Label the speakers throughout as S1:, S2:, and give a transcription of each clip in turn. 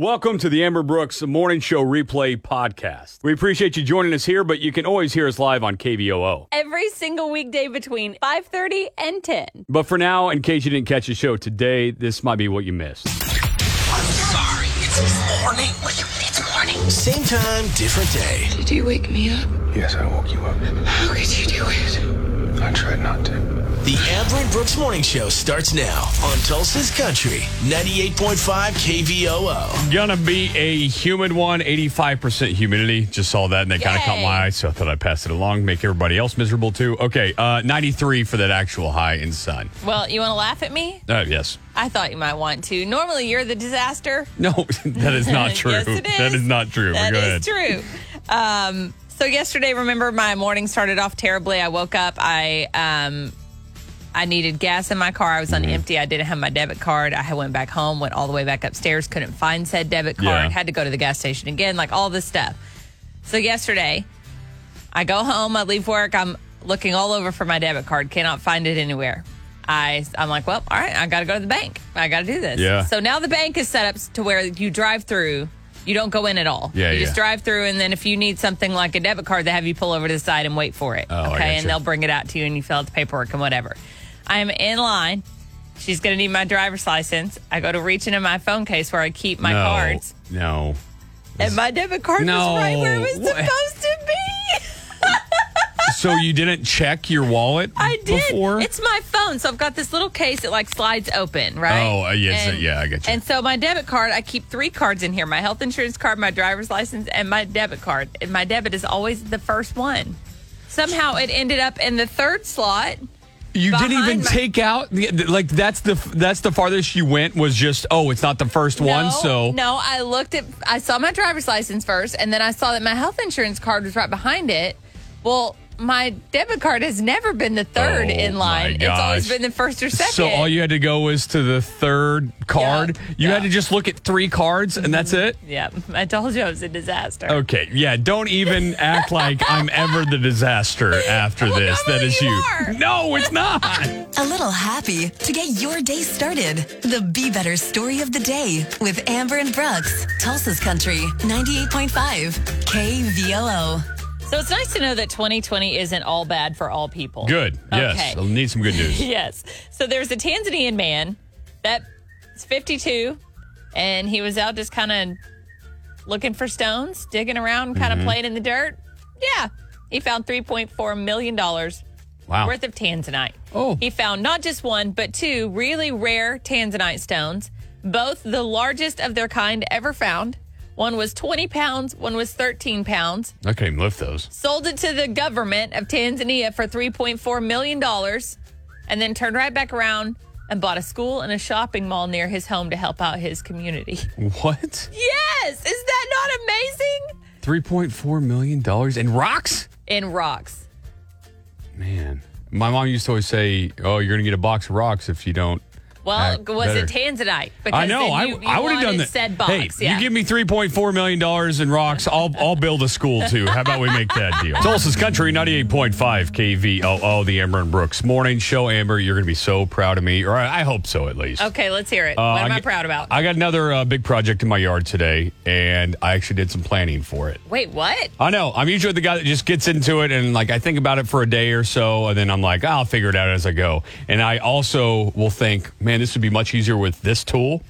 S1: Welcome to the Amber Brooks Morning Show Replay Podcast. We appreciate you joining us here, but you can always hear us live on KVOO.
S2: every single weekday between 5.30 and 10
S1: But for now, in case you didn't catch the show today, this might be what you missed.
S3: I'm sorry. It's morning. Will you? It's morning.
S4: Same time, different day.
S5: Did you wake me up?
S6: Yes, I woke you up.
S5: How could you do it?
S6: I tried not to.
S4: The Amber and Brooks Morning Show starts now on Tulsa's Country, 98.5 KVOO.
S1: Gonna be a humid one, 85% humidity. Just saw that and that kind of
S2: Yay.
S1: caught my eye, so I thought I'd pass it along, make everybody else miserable too. Okay, uh, 93 for that actual high in sun.
S2: well you want to laugh at me
S1: Uh, yes.
S2: i thought you might want to normally you're the disaster
S1: No, that is not true.
S2: Yes, it is.
S1: That is not true.
S2: That
S1: Go
S2: is
S1: ahead.
S2: true. Um, so yesterday, remember, my morning started off terribly. I woke up. I um, I needed gas in my car. I was
S1: Mm-hmm.
S2: on empty. I didn't have my debit card. I went back home. Went all the way back upstairs. Couldn't find said debit card.
S1: Yeah.
S2: Had to go to the gas station again. Like all this stuff. So yesterday, I go home. I leave work. I'm looking all over for my debit card. Cannot find it anywhere. I, I'm like, well, all right, I got to go to the bank. I got to do this.
S1: Yeah.
S2: So now the bank is set up to where you drive through, you don't go in at all.
S1: Yeah,
S2: you
S1: yeah.
S2: just drive through, and then if you need something like a debit card, they have you pull over to the side and wait for it.
S1: Oh, I
S2: okay,
S1: gotcha.
S2: and they'll bring it out to you, and you fill out the paperwork and whatever. I am in line. She's going to need my driver's license. I go to reach into my phone case where I keep my
S1: no,
S2: cards,
S1: No.
S2: and my debit card
S1: No.
S2: was right where it was
S1: What?
S2: supposed to be.
S1: So you didn't check your wallet
S2: I did.
S1: before?
S2: It's my phone, so I've got this little case that like slides open, right?
S1: Oh, uh, yes, uh, yeah, I get you.
S2: And so my debit card, I keep three cards in here: my health insurance card, my driver's license, and my debit card. And my debit is always the first one. Somehow it ended up in the third slot.
S1: You didn't
S2: behind
S1: even
S2: my-
S1: take out the- the- like that's the that's the farthest you went was just oh it's not the first one
S2: no,
S1: so
S2: no, I looked at, I saw my driver's license first, and then I saw that my health insurance card was right behind it. Well. My debit card has never been the third
S1: Oh,
S2: in
S1: my
S2: line. It's always
S1: gosh.
S2: been the first or second.
S1: so all you had to go was to the third card. you had
S2: yeah.
S1: to just look at three cards and that's it.
S2: Yep. I told you it was a disaster.
S1: Okay, yeah. Don't even act like I'm ever the disaster after
S2: Well,
S1: this. That
S2: normally
S1: is
S2: Oh, you
S1: you.
S2: are.
S1: No, it's not.
S7: A little happy to get your day started. The Be Better Story of the Day with Amber and Brooks, Tulsa's Country, 98.5 KVOO.
S2: So it's nice to know that 2020 isn't all bad for all people.
S1: Good.
S2: Okay.
S1: Yes. I'll need some good news.
S2: Yes. So there's a Tanzanian man that's 52, and he was out just kind of looking for stones, digging around, kind
S1: Mm-hmm.
S2: of playing in the dirt. Yeah. He found $3.4 million
S1: Wow.
S2: worth of tanzanite.
S1: Oh.
S2: He found not just one, but two really rare tanzanite stones, both the largest of their kind ever found. One was 20 pounds, one was 13 pounds.
S1: I couldn't even lift those.
S2: sold it to the government of Tanzania for $3.4 million, and then turned right back around and bought a school and a shopping mall near his home to help out his community.
S1: What?
S2: Yes! Is that not amazing?
S1: Three point four million dollars in rocks.
S2: In rocks.
S1: Man, my mom used to always say, "Oh, you're gonna get a box of rocks if you don't."
S2: Well,
S1: Act
S2: was it
S1: better.
S2: Tanzanite? Because
S1: I know.
S2: then
S1: I,
S2: you- you
S1: I would have done
S2: wanted
S1: that.
S2: Said box.
S1: Hey,
S2: yeah.
S1: you give me three point four million dollars in rocks, I'll I'll build a school too. How about we make that deal? Tulsa's Country ninety eight point five KVOO, the Amber and Brooks Morning Show. Amber, you're gonna be so proud of me, or I, I hope so at least.
S2: okay, let's hear it.
S1: Uh,
S2: what am I,
S1: g-
S2: proud about?
S1: I got another uh, big project in my yard today, and I actually did some planning for it.
S2: Wait, what?
S1: I know. I'm usually the guy that just gets into it and like I think about it for a day or so, and then I'm like, "Ah, I'll figure it out as I go. And I also will think, man, this would be much easier with this tool.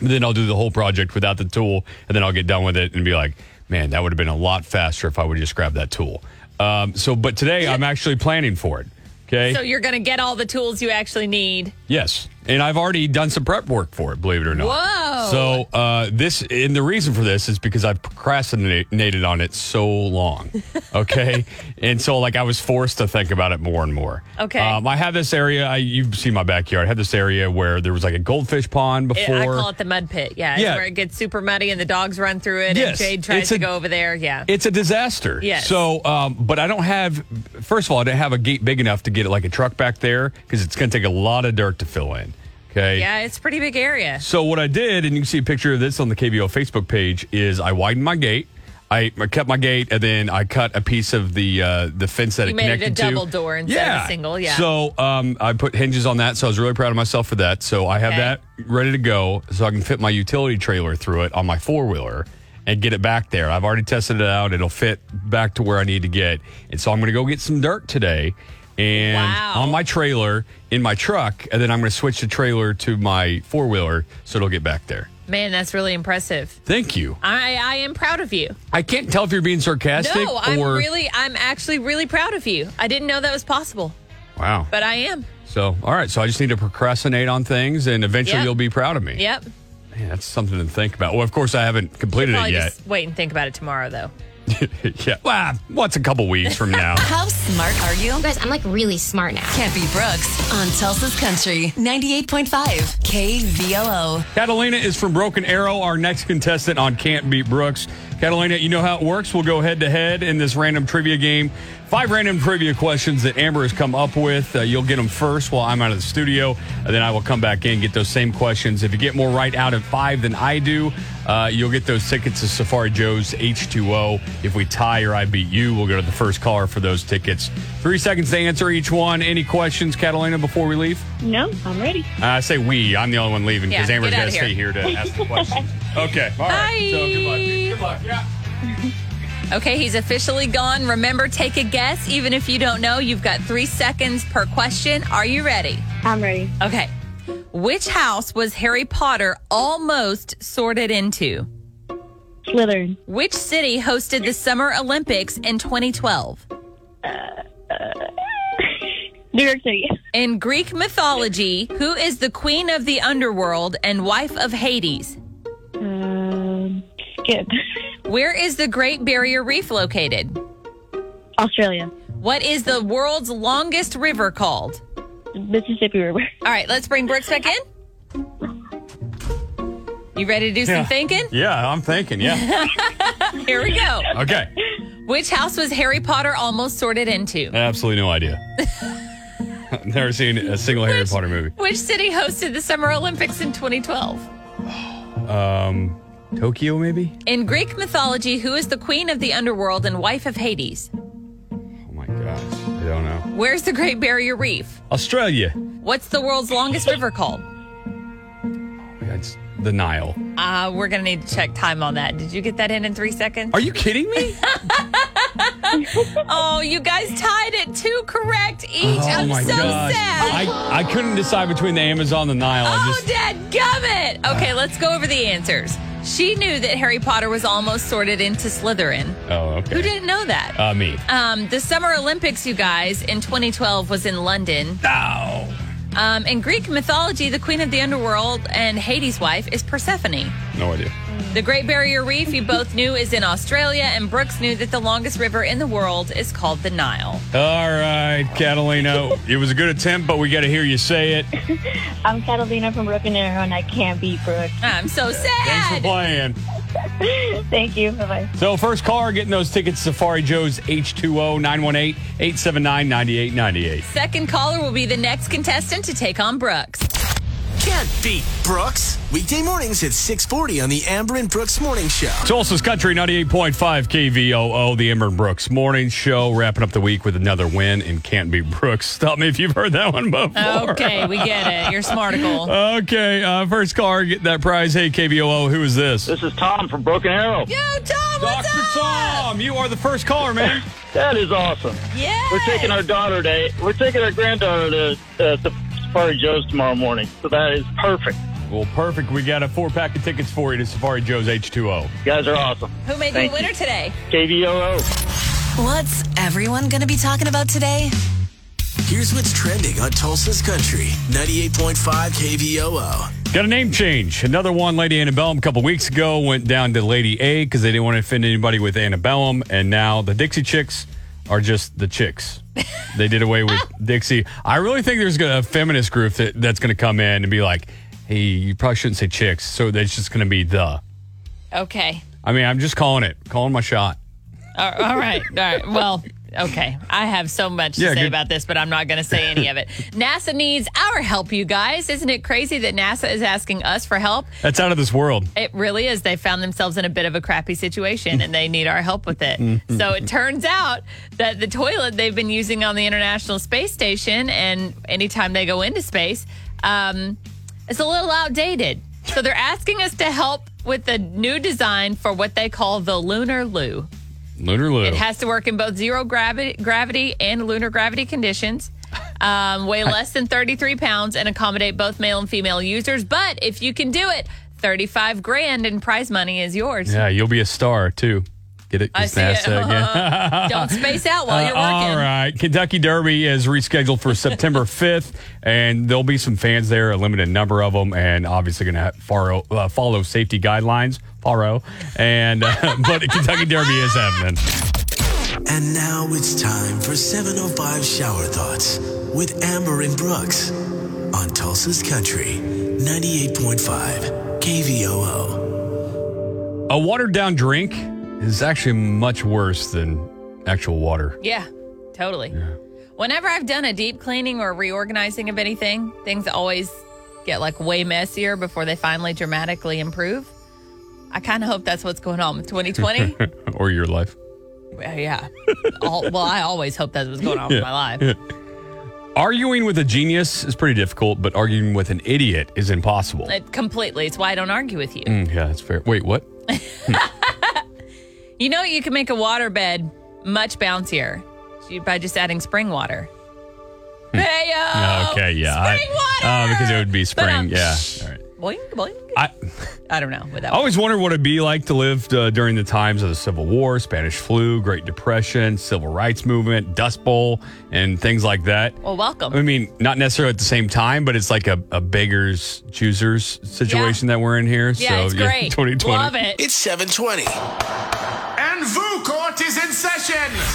S1: But then I'll do the whole project without the tool, and then I'll get done with it and be like, man, that would have been a lot faster if I would have just grabbed that tool. Um, so, but today I'm actually planning for it. Okay.
S2: So you're going to get all the tools you actually need.
S1: Yes, and I've already done some prep work for it. Believe it or not.
S2: Whoa.
S1: So uh, this, and the reason for this is because I've procrastinated on it so long. Okay, and so like I was forced to think about it more and more.
S2: Okay.
S1: Um, I have this area. I, you've seen my backyard. I had this area where there was like a goldfish pond
S2: It-
S1: before.
S2: I call it the mud pit. Yeah, it's
S1: Yeah.
S2: where it gets super muddy and the dogs run through it and
S1: Yes,
S2: Jade tries
S1: it's a-
S2: to go over there. Yeah.
S1: It's a disaster.
S2: Yes.
S1: So, um, but I don't have. First of all, I didn't have a gate big enough to get like a truck back there because it's going to take a lot of dirt to fill in. Okay.
S2: yeah, it's a pretty big area.
S1: So what I did, and you can see a picture of this on the KBO Facebook page, is I widened my gate. I, I cut my gate and then I cut a piece of the uh, the fence that
S2: You
S1: it
S2: made it a
S1: connected to.
S2: double door instead of a single, yeah.
S1: So um, I put hinges on that, so I was really proud of myself for that. So I have
S2: Okay.
S1: that ready to go, so I can fit my utility trailer through it on my four wheeler and get it back there. I've already tested it out; it'll fit back to where I need to get. And so I'm going to go get some dirt today, and
S2: Wow.
S1: on my trailer in my truck, and then I'm going to switch the trailer to my four wheeler, so it'll get back there.
S2: Man, that's really impressive.
S1: Thank you.
S2: I, I am proud of you.
S1: I can't tell if you're being sarcastic
S2: No,
S1: or
S2: I'm really, I'm actually really proud of you. I didn't know that was possible,
S1: wow.
S2: but I am.
S1: So, all right. So I just need to procrastinate on things, and eventually
S2: Yep.
S1: you'll be proud of me.
S2: Yep.
S1: Man, that's something to think about. Well, of course, I haven't completed it
S2: Probably
S1: yet.
S2: just wait and think about it tomorrow, though.
S1: yeah. Well, what's a couple weeks from now?
S7: How smart are you?
S8: Guys, I'm like really smart now.
S7: Campy Brooks on Tulsa's Country 98.5 KVOO.
S1: Catalina is from Broken Arrow, our next contestant on Can't Beat Brooks. Catalina, you know how it works. We'll go head to head in this random trivia game. Five random trivia questions that Amber has come up with. Uh, you'll get them first while I'm out of the studio, and then I will come back in get those same questions. If you get more right out of five than I do, uh, you'll get those tickets to Safari Joe's H2O. If we tie or I beat you, we'll go to the first caller for those tickets. Three seconds to answer each one. Any questions, Catalina, before we leave?
S9: No, I'm ready.
S1: Uh, I say we. I'm the only one leaving because
S2: Yeah,
S1: Amber's
S2: get
S1: got
S2: outta
S1: to stay here
S2: here.
S1: to ask the questions. okay. All right. So good luck.
S2: Bye.
S1: Good luck. Yeah.
S2: Okay, he's officially gone. Remember, take a guess. Even if you don't know, you've got three seconds per question. Are you ready?
S9: I'm ready.
S2: Okay. Which house was Harry Potter almost sorted into?
S9: Slytherin.
S2: Which city hosted the Summer Olympics in 2012?
S9: New York City.
S2: In Greek mythology, who is the queen of the underworld and wife of Hades?
S9: Um, good.
S2: Where is the Great Barrier Reef located?
S9: Australia.
S2: What is the world's longest river called?
S9: Mississippi River.
S2: All right, let's bring Brooks back in. You ready to do some
S1: Yeah.
S2: thinking?
S1: Yeah, I'm thinking. Yeah.
S2: Here we go.
S1: Okay.
S2: Which house was Harry Potter almost sorted into?
S1: Absolutely no idea. I've never seen a single Harry Potter movie.
S2: Which city hosted the Summer Olympics in 2012?
S1: Um, Tokyo, maybe?
S2: In Greek mythology, who is the queen of the underworld and wife of Hades?
S1: Oh my gosh. I don't know.
S2: Where's the Great Barrier Reef?
S1: Australia.
S2: What's the world's longest river called?
S1: That's the Nile.
S2: Uh, we're going to need to check time on that. Did you get that in in three seconds?
S1: Are you kidding me?
S2: Oh, you guys tied it two correct each. I'm so sad.
S1: Oh I, I couldn't decide between the Amazon and the Nile. I
S2: Oh,
S1: just,
S2: dad gummit! Okay, let's go over the answers. She knew that Harry Potter was almost sorted into Slytherin.
S1: oh, okay.
S2: Who didn't know that?
S1: Uh, me.
S2: um, the Summer Olympics, you guys, in 2012 was in London.
S1: Ow.
S2: Um, in Greek mythology, the queen of the underworld and Hades' wife is Persephone.
S1: No idea.
S2: The Great Barrier Reef, you both knew, is in Australia, and Brooks knew that the longest river in the world is called the Nile.
S1: All right, Catalina. it was a good attempt, but we got to hear you say it.
S9: I'm Catalina from Broken Arrow, and I can't beat Brooke.
S2: I'm so
S1: Thanks for
S2: sad.
S1: playing.
S9: Thank you. Bye bye.
S1: So, first caller getting those tickets Safari Joe's H2O 918 879 9898.
S2: Second caller will be the next contestant to take on Brooks.
S4: Can't beat Brooks. Weekday mornings at 640 on the Amber and Brooks Morning Show.
S1: Tulsa's Country 98.5 KVOO, the Ember and Brooks Morning Show, wrapping up the week with another win in Can't Be Brooks. Stop me if you've heard that one before.
S2: Okay, we get it. You're smarticle.
S1: Okay, uh, first caller getting that prize. Hey, KVOO, who is this?
S10: This is Tom from Broken Arrow.
S2: Yo, Tom,
S1: Dr.
S2: what's up?
S1: Tom, you are the first caller, man.
S10: That is awesome.
S2: Yeah.
S10: We're taking our daughter to, we're taking our granddaughter to uh, to Safari Joe's tomorrow morning. So that is perfect.
S1: well, perfect. We got a four pack of tickets for you to Safari Joe's H2O.
S10: You guys are awesome.
S2: Who made you
S10: Thank
S2: a winner today?
S10: KVOO.
S7: What's everyone going to be talking about today?
S4: Here's what's trending on Tulsa's Country 98.5 KVOO.
S1: Got a name change. Another one, Lady Antebellum, a couple weeks ago went down to Lady A because they didn't want to offend anybody with Antebellum. And now the Dixie Chicks are just the chicks. they did away with Dixie. I really think there's gonna, a feminist group that, that's going to come in and be like, hey, you probably shouldn't say chicks. So that's just going to be the.
S2: Okay.
S1: I mean, I'm just calling it, calling my shot.
S2: Uh, All all right. All right. Well, Okay. I have so much to
S1: Yeah,
S2: say
S1: good-
S2: about this, but I'm not going to say any of it. NASA needs our help, you guys. Isn't it crazy that NASA is asking us for help?
S1: That's out of this world.
S2: It really is. They found themselves in a bit of a crappy situation and they need our help with it.
S1: Mm-hmm.
S2: so it turns out that the toilet they've been using on the International Space Station and anytime they go into space um, is a little outdated. So they're asking us to help with the new design for what they call the Lunar Loo.
S1: Lunar Lou.
S2: It has to work in both zero gravity, gravity and lunar gravity conditions. Um, weigh less than 33 pounds and accommodate both male and female users. But if you can do it, 35 grand in prize money is yours.
S1: yeah, you'll be a star too. Get it?
S2: I
S1: It's
S2: see it.
S1: NASA again.
S2: Don't space out while you're
S1: Uh,
S2: working.
S1: all right. Kentucky Derby is rescheduled for September 5th, and there'll be some fans there, a limited number of them, and obviously going to follow, uh, follow safety guidelines. Follow. And, uh, but Kentucky Derby is happening.
S4: And now it's time for 705 Shower Thoughts with Amber and Brooks on Tulsa's Country 98.5 KVOO.
S1: A watered down drink is actually much worse than actual water.
S2: Yeah, totally. Whenever I've done a deep cleaning or reorganizing of anything, things always get like way messier before they finally dramatically improve. I kind of hope that's what's going on with 2020.
S1: or your life.
S2: Well, yeah. All, well, I always hope that's what's going on with my life.
S1: Arguing with a genius is pretty difficult, but arguing with an idiot is impossible.
S2: It, Uh, completely. It's why I don't argue with you.
S1: Mm, yeah, that's fair. Wait, what?
S2: You know, you can make a waterbed much bouncier by just adding spring water. Heyo!
S1: Hmm. okay, yeah.
S2: Oh, Spring
S1: I-
S2: water! um,
S1: Oh, because it would be spring.
S2: Ba-dum.
S1: yeah. All right.
S2: Boing, boing. I,
S1: I,
S2: don't know. What that
S1: I Oh. always wondered what it'd be like to live uh, during the times of the Civil War, Spanish flu, Great Depression, Civil Rights Movement, Dust Bowl, and things like that.
S2: well, welcome.
S1: I mean, not necessarily at the same time, but it's like a, a beggars choosers situation that we're in here.
S2: yeah,
S1: so
S2: it's great.
S1: 2020.
S2: Love it.
S4: It's 720
S3: And VU Court is in session.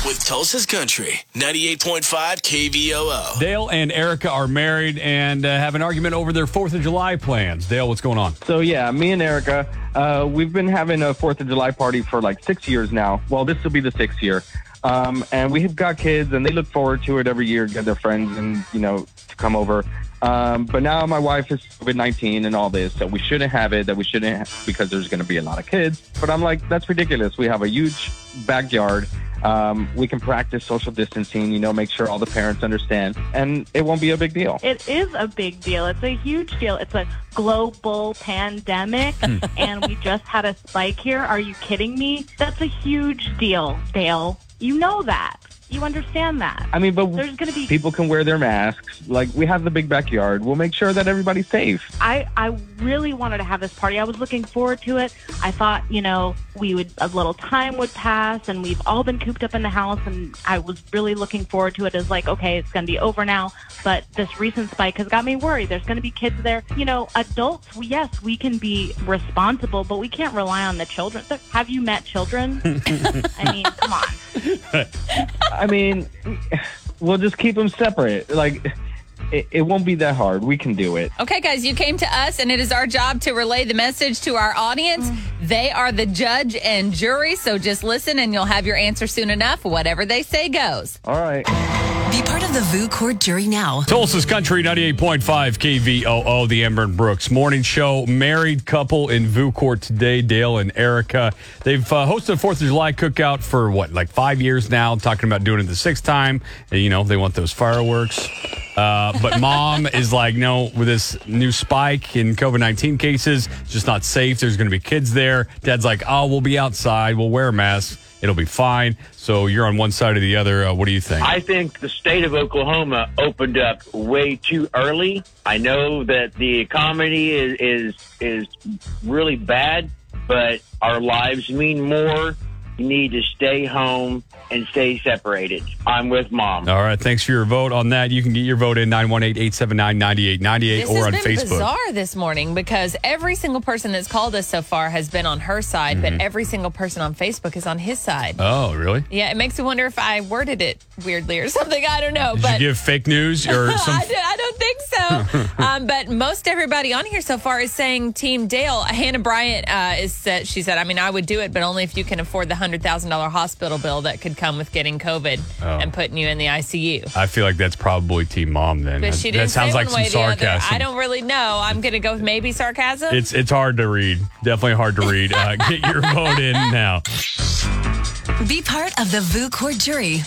S4: with Tulsa's Country 98.5 KVOO.
S1: Dale and Erica are married and uh, have an argument over their Fourth of July plans. Dale, what's going on?
S8: So yeah, me and Erica, uh, we've been having a Fourth of July party for like six years now. Well, this will be the sixth year, um, and we have got kids, and they look forward to it every year. Get their friends and you know to come over. Um, but now my wife is COVID nineteen and all this, so we shouldn't have it. That we shouldn't have, because there's going to be a lot of kids. But I'm like, that's ridiculous. We have a huge backyard. Um, we can practice social distancing. You know, make sure all the parents understand, and it won't be a big deal.
S9: It is a big deal. It's a huge deal. It's a global pandemic, and we just had a spike here. Are you kidding me? That's a huge deal, Dale. You know that. You understand that.
S8: I mean, but
S9: There's going to be
S8: people can wear their masks. Like we have the big backyard. We'll make sure that everybody's safe.
S9: I, I really wanted to have this party. I was looking forward to it. I thought, you know, we would a little time would pass and we've all been cooped up in the house and I was really looking forward to it as like, okay, it's gonna be over now. But this recent spike has got me worried. There's gonna be kids there. You know, adults, we- yes, we can be responsible, but we can't rely on the children. So, Have you met children? I mean, come on.
S8: I mean, we'll just keep them separate. Like it, it won't be that hard. We can do it.
S2: Okay, guys, you came to us, and it is our job to relay the message to our audience. They are the judge and jury, so just listen, and you'll have your answer soon enough. Whatever they say goes.
S8: All right.
S7: Be part of the VU Court jury now.
S1: Tulsa's Country 98.5 KVOO, the Amber and Brooks Morning Show. Married couple in Vucourt today, Dale and Erica. They've uh, hosted a 4th of July cookout for what, like five years now, talking about doing it the sixth time. And, You know, they want those fireworks. Uh, but mom is like, no, with this new spike in COVID 19 cases, it's just not safe. There's going to be kids there. Dad's like, oh, we'll be outside. We'll wear masks. It'll be fine. So you're on one side or the other. Uh, what do you think?
S10: I think the state of Oklahoma opened up way too early. I know that the economy is is, is really bad, but our lives mean more. You need to stay home and stay separated. I'm with mom.
S1: All right. Thanks for your vote on that. You can get your vote in 918 879 9898
S2: This
S1: or
S2: has
S1: on
S2: been
S1: Facebook.
S2: bizarre this morning because every single person that's called us so far has been on her side,
S1: Mm-hmm.
S2: but every single person on Facebook is on his side.
S1: Oh, really? Did
S2: yeah, it makes me wonder if I worded it weirdly or something. I don't know,
S1: you
S2: but.
S1: give fake news or some?
S2: I, don't- I don't think so. um, but most everybody on here so uh, far is saying Team Dale. Hannah Bryant uh, is said she said, I mean, I would do it, but only if you can afford the $100,000 hospital bill that could come with getting COVID
S1: Oh.
S2: and putting you in the ICU.
S1: I feel like that's probably Team Mom then.
S2: But
S1: That-
S2: she didn't
S1: that sounds
S2: say
S1: like
S2: one way
S1: some
S2: or the other.
S1: sarcasm.
S2: I don't really know. I'm going to go with maybe sarcasm.
S1: It's it's hard to read. Definitely hard to read. Uh, get your vote in now.
S7: Be part of the VU Court Jury,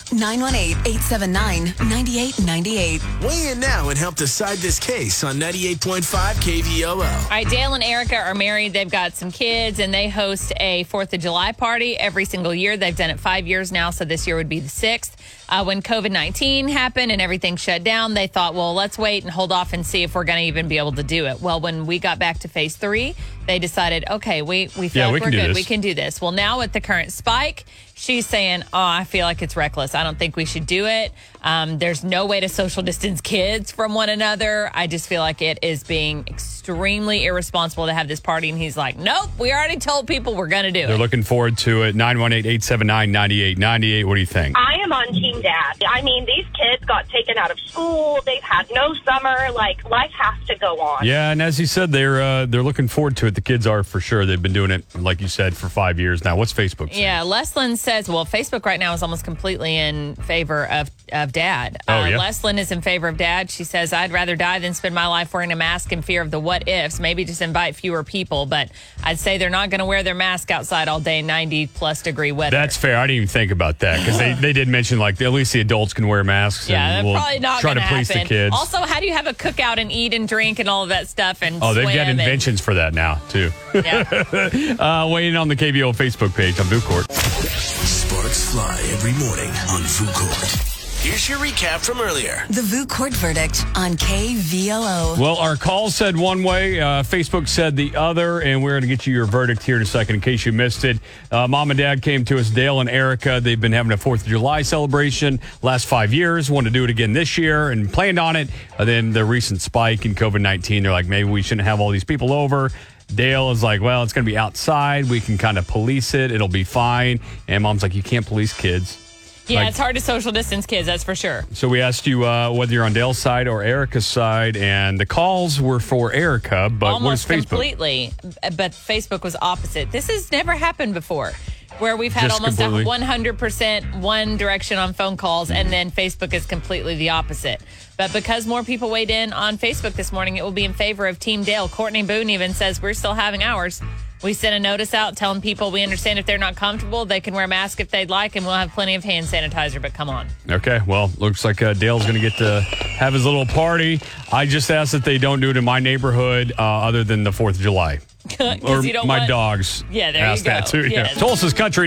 S7: 918-879-9898.
S4: Weigh in now and help decide this case on 98.5 KVOO.
S2: All right, Dale and Erica are married. They've got some kids, and they host a Fourth of July party every single year. They've done it five years now, so this year would be the sixth. Uh, when COVID 19 happened and everything shut down, they thought, well, let's wait and hold off and see if we're going to even be able to do it. Well, when we got back to phase three, they decided, okay, we, we
S1: Yeah,
S2: feel like
S1: we
S2: are
S1: can do
S2: good.
S1: this.
S2: We can do this. Well, now with the current spike, she's saying, oh, I feel like it's reckless. I don't think we should do it. Um, there's no way to social distance kids from one another. I just feel like it is being extremely irresponsible to have this party. And he's like, nope, we already told people we're going to do
S1: They're
S2: it.
S1: looking forward to it. 918-879-9898. What do you think?
S11: I am on Team Dad. I mean, these kids got taken out of school. They've had no summer. Like, life has to go on.
S1: Yeah, and as you said, they're uh, they're looking forward to it. The kids are for sure. They've been doing it, like you said, for five years now. What's Facebook? say?
S2: Yeah, Leslin says, well, Facebook right now is almost completely in favor of, of dad.
S1: Oh, yeah?
S2: Leslin is in favor of dad. She says, I'd rather die than spend my life wearing a mask in fear of the what ifs. Maybe just invite fewer people, but I'd say they're not going to wear their mask outside all day, 90 plus degree weather.
S1: That's fair. I didn't even think about that because they, they did mention like at least the adults can wear masks.
S2: yeah, that's
S1: and we'll
S2: probably not
S1: try
S2: going
S1: to please
S2: happen.
S1: the kids.
S2: Also, how do you have a cookout and eat and drink and all of that stuff and
S1: oh, they've
S2: swim
S1: got
S2: and-
S1: inventions for that now too. uh, weighing in on the KBO Facebook page on Boot Court.
S4: Sparks fly every morning on Food Court. Here's your recap from earlier.
S7: The VU Court verdict on KVOO.
S1: Well, our call said one way, uh, Facebook said the other, and we're going to get you your verdict here in a second in case you missed it. Uh, Mom and Dad came to us, Dale and Erica. They've been having a 4th of July celebration last five years, wanted to do it again this year and planned on it. And then the recent spike in COVID 19, they're like, maybe we shouldn't have all these people over. Dale is like, well, it's going to be outside. We can kind of police it. It'll be fine. And mom's like, you can't police kids.
S2: Yeah,
S1: Like-
S2: it's hard to social distance kids, that's for sure.
S1: so we asked you uh, whether you're on Dale's side or Erica's side, and the calls were for Erica, but what is
S2: almost
S1: Facebook?
S2: completely. But Facebook was opposite. This has never happened before, where we've had
S1: Just
S2: almost
S1: completely.
S2: a 100% one direction on phone calls, and then Facebook is completely the opposite. But because more people weighed in on Facebook this morning, it will be in favor of Team Dale. Courtney Boone even says we're still having ours. We sent a notice out telling people we understand if they're not comfortable, they can wear masks if they'd like, and we'll have plenty of hand sanitizer. But come on.
S1: Okay, well, looks like uh, Dale's going to get to have his little party. I just asked that they don't do it in my neighborhood, uh, other than the Fourth of July.
S2: 'Cause
S1: Or
S2: you don't
S1: my
S2: want-
S1: dogs.
S2: Yeah, there you
S1: asked that
S2: go.
S1: too. Yeah.
S2: Yes.
S1: Tulsa's Country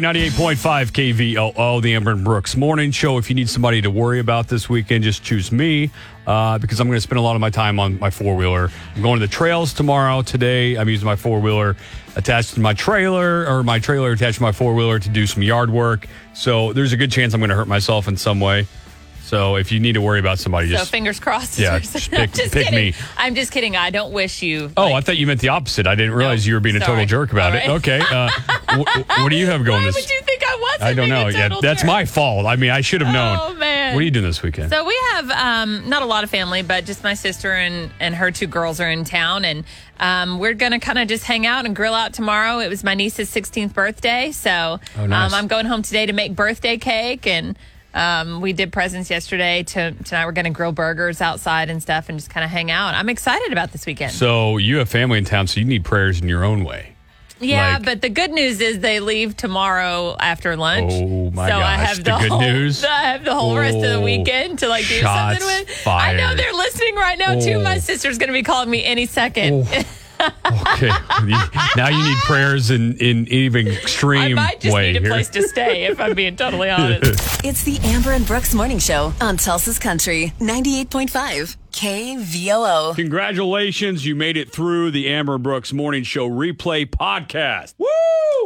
S1: 98.5 KVOO, the Amber and Brooks Morning Show. If you need somebody to worry about this weekend, just choose me uh, because I'm going to spend a lot of my time on my four wheeler. I'm going to the trails tomorrow. Today, I'm using my four wheeler attached to my trailer or my trailer attached to my four wheeler to do some yard work. So there's a good chance I'm going to hurt myself in some way. So if you need to worry about somebody,
S2: So
S1: just.
S2: fingers crossed.
S1: Yeah,
S2: I'm
S1: just
S2: just
S1: pick- pick
S2: kidding.
S1: me.
S2: I'm just kidding. I don't wish you.
S1: Oh, I thought you meant the opposite. I didn't realize you were being a total
S2: sorry.
S1: jerk about it.
S2: All
S1: Okay. Uh, wh- wh- what do you have going
S2: Why
S1: this?
S2: would you think I wasn't?
S1: I don't
S2: being a
S1: know. Yeah,
S2: total
S1: that's
S2: jerk?
S1: my fault. I mean, I should have known.
S2: Oh, man.
S1: What are you doing this weekend?
S2: So we have um, not a lot of family, but just my sister and and her two girls are in town, and um, we're gonna kind of just hang out and grill out tomorrow. It was my niece's 16th birthday, so
S1: Oh, nice.
S2: um, I'm going home today to make birthday cake and. Um, we did presents yesterday. To, tonight, we're going to grill burgers outside and stuff, and just kind of hang out. I'm excited about this weekend.
S1: So you have family in town, so you need prayers in your own way.
S2: Yeah,
S1: Like-
S2: but the good news is they leave tomorrow after lunch.
S1: Oh, my
S2: so I
S1: gosh.
S2: have the,
S1: The good
S2: whole,
S1: news?
S2: I have the whole rest of the
S1: Oh,
S2: weekend to like do
S1: shots
S2: something with. I know
S1: fired.
S2: they're listening right now too.
S1: Oh.
S2: My sister's going to be calling me any second.
S1: Okay. now you need prayers in in even
S2: I
S1: extreme
S2: might just
S1: way
S2: need a
S1: here.
S2: place to stay if I'm being totally honest.
S7: It's the Amber and Brooks Morning Show on Tulsa's Country, 98.5 KVOO.
S1: Congratulations, you made it through the Amber Brooks Morning Show replay podcast. Woo!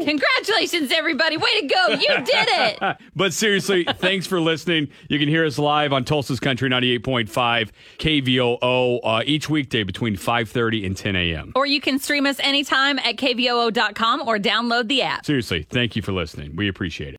S2: Congratulations, everybody! Way to go! You did it.
S1: But seriously, thanks for listening. You can hear us live on Tulsa's Country 98.5 KVOO uh, each weekday between 5:30 and 10 a.m.
S2: Or you can stream us anytime at kvoo.com or download the app.
S1: Seriously, thank you for listening. We appreciate it.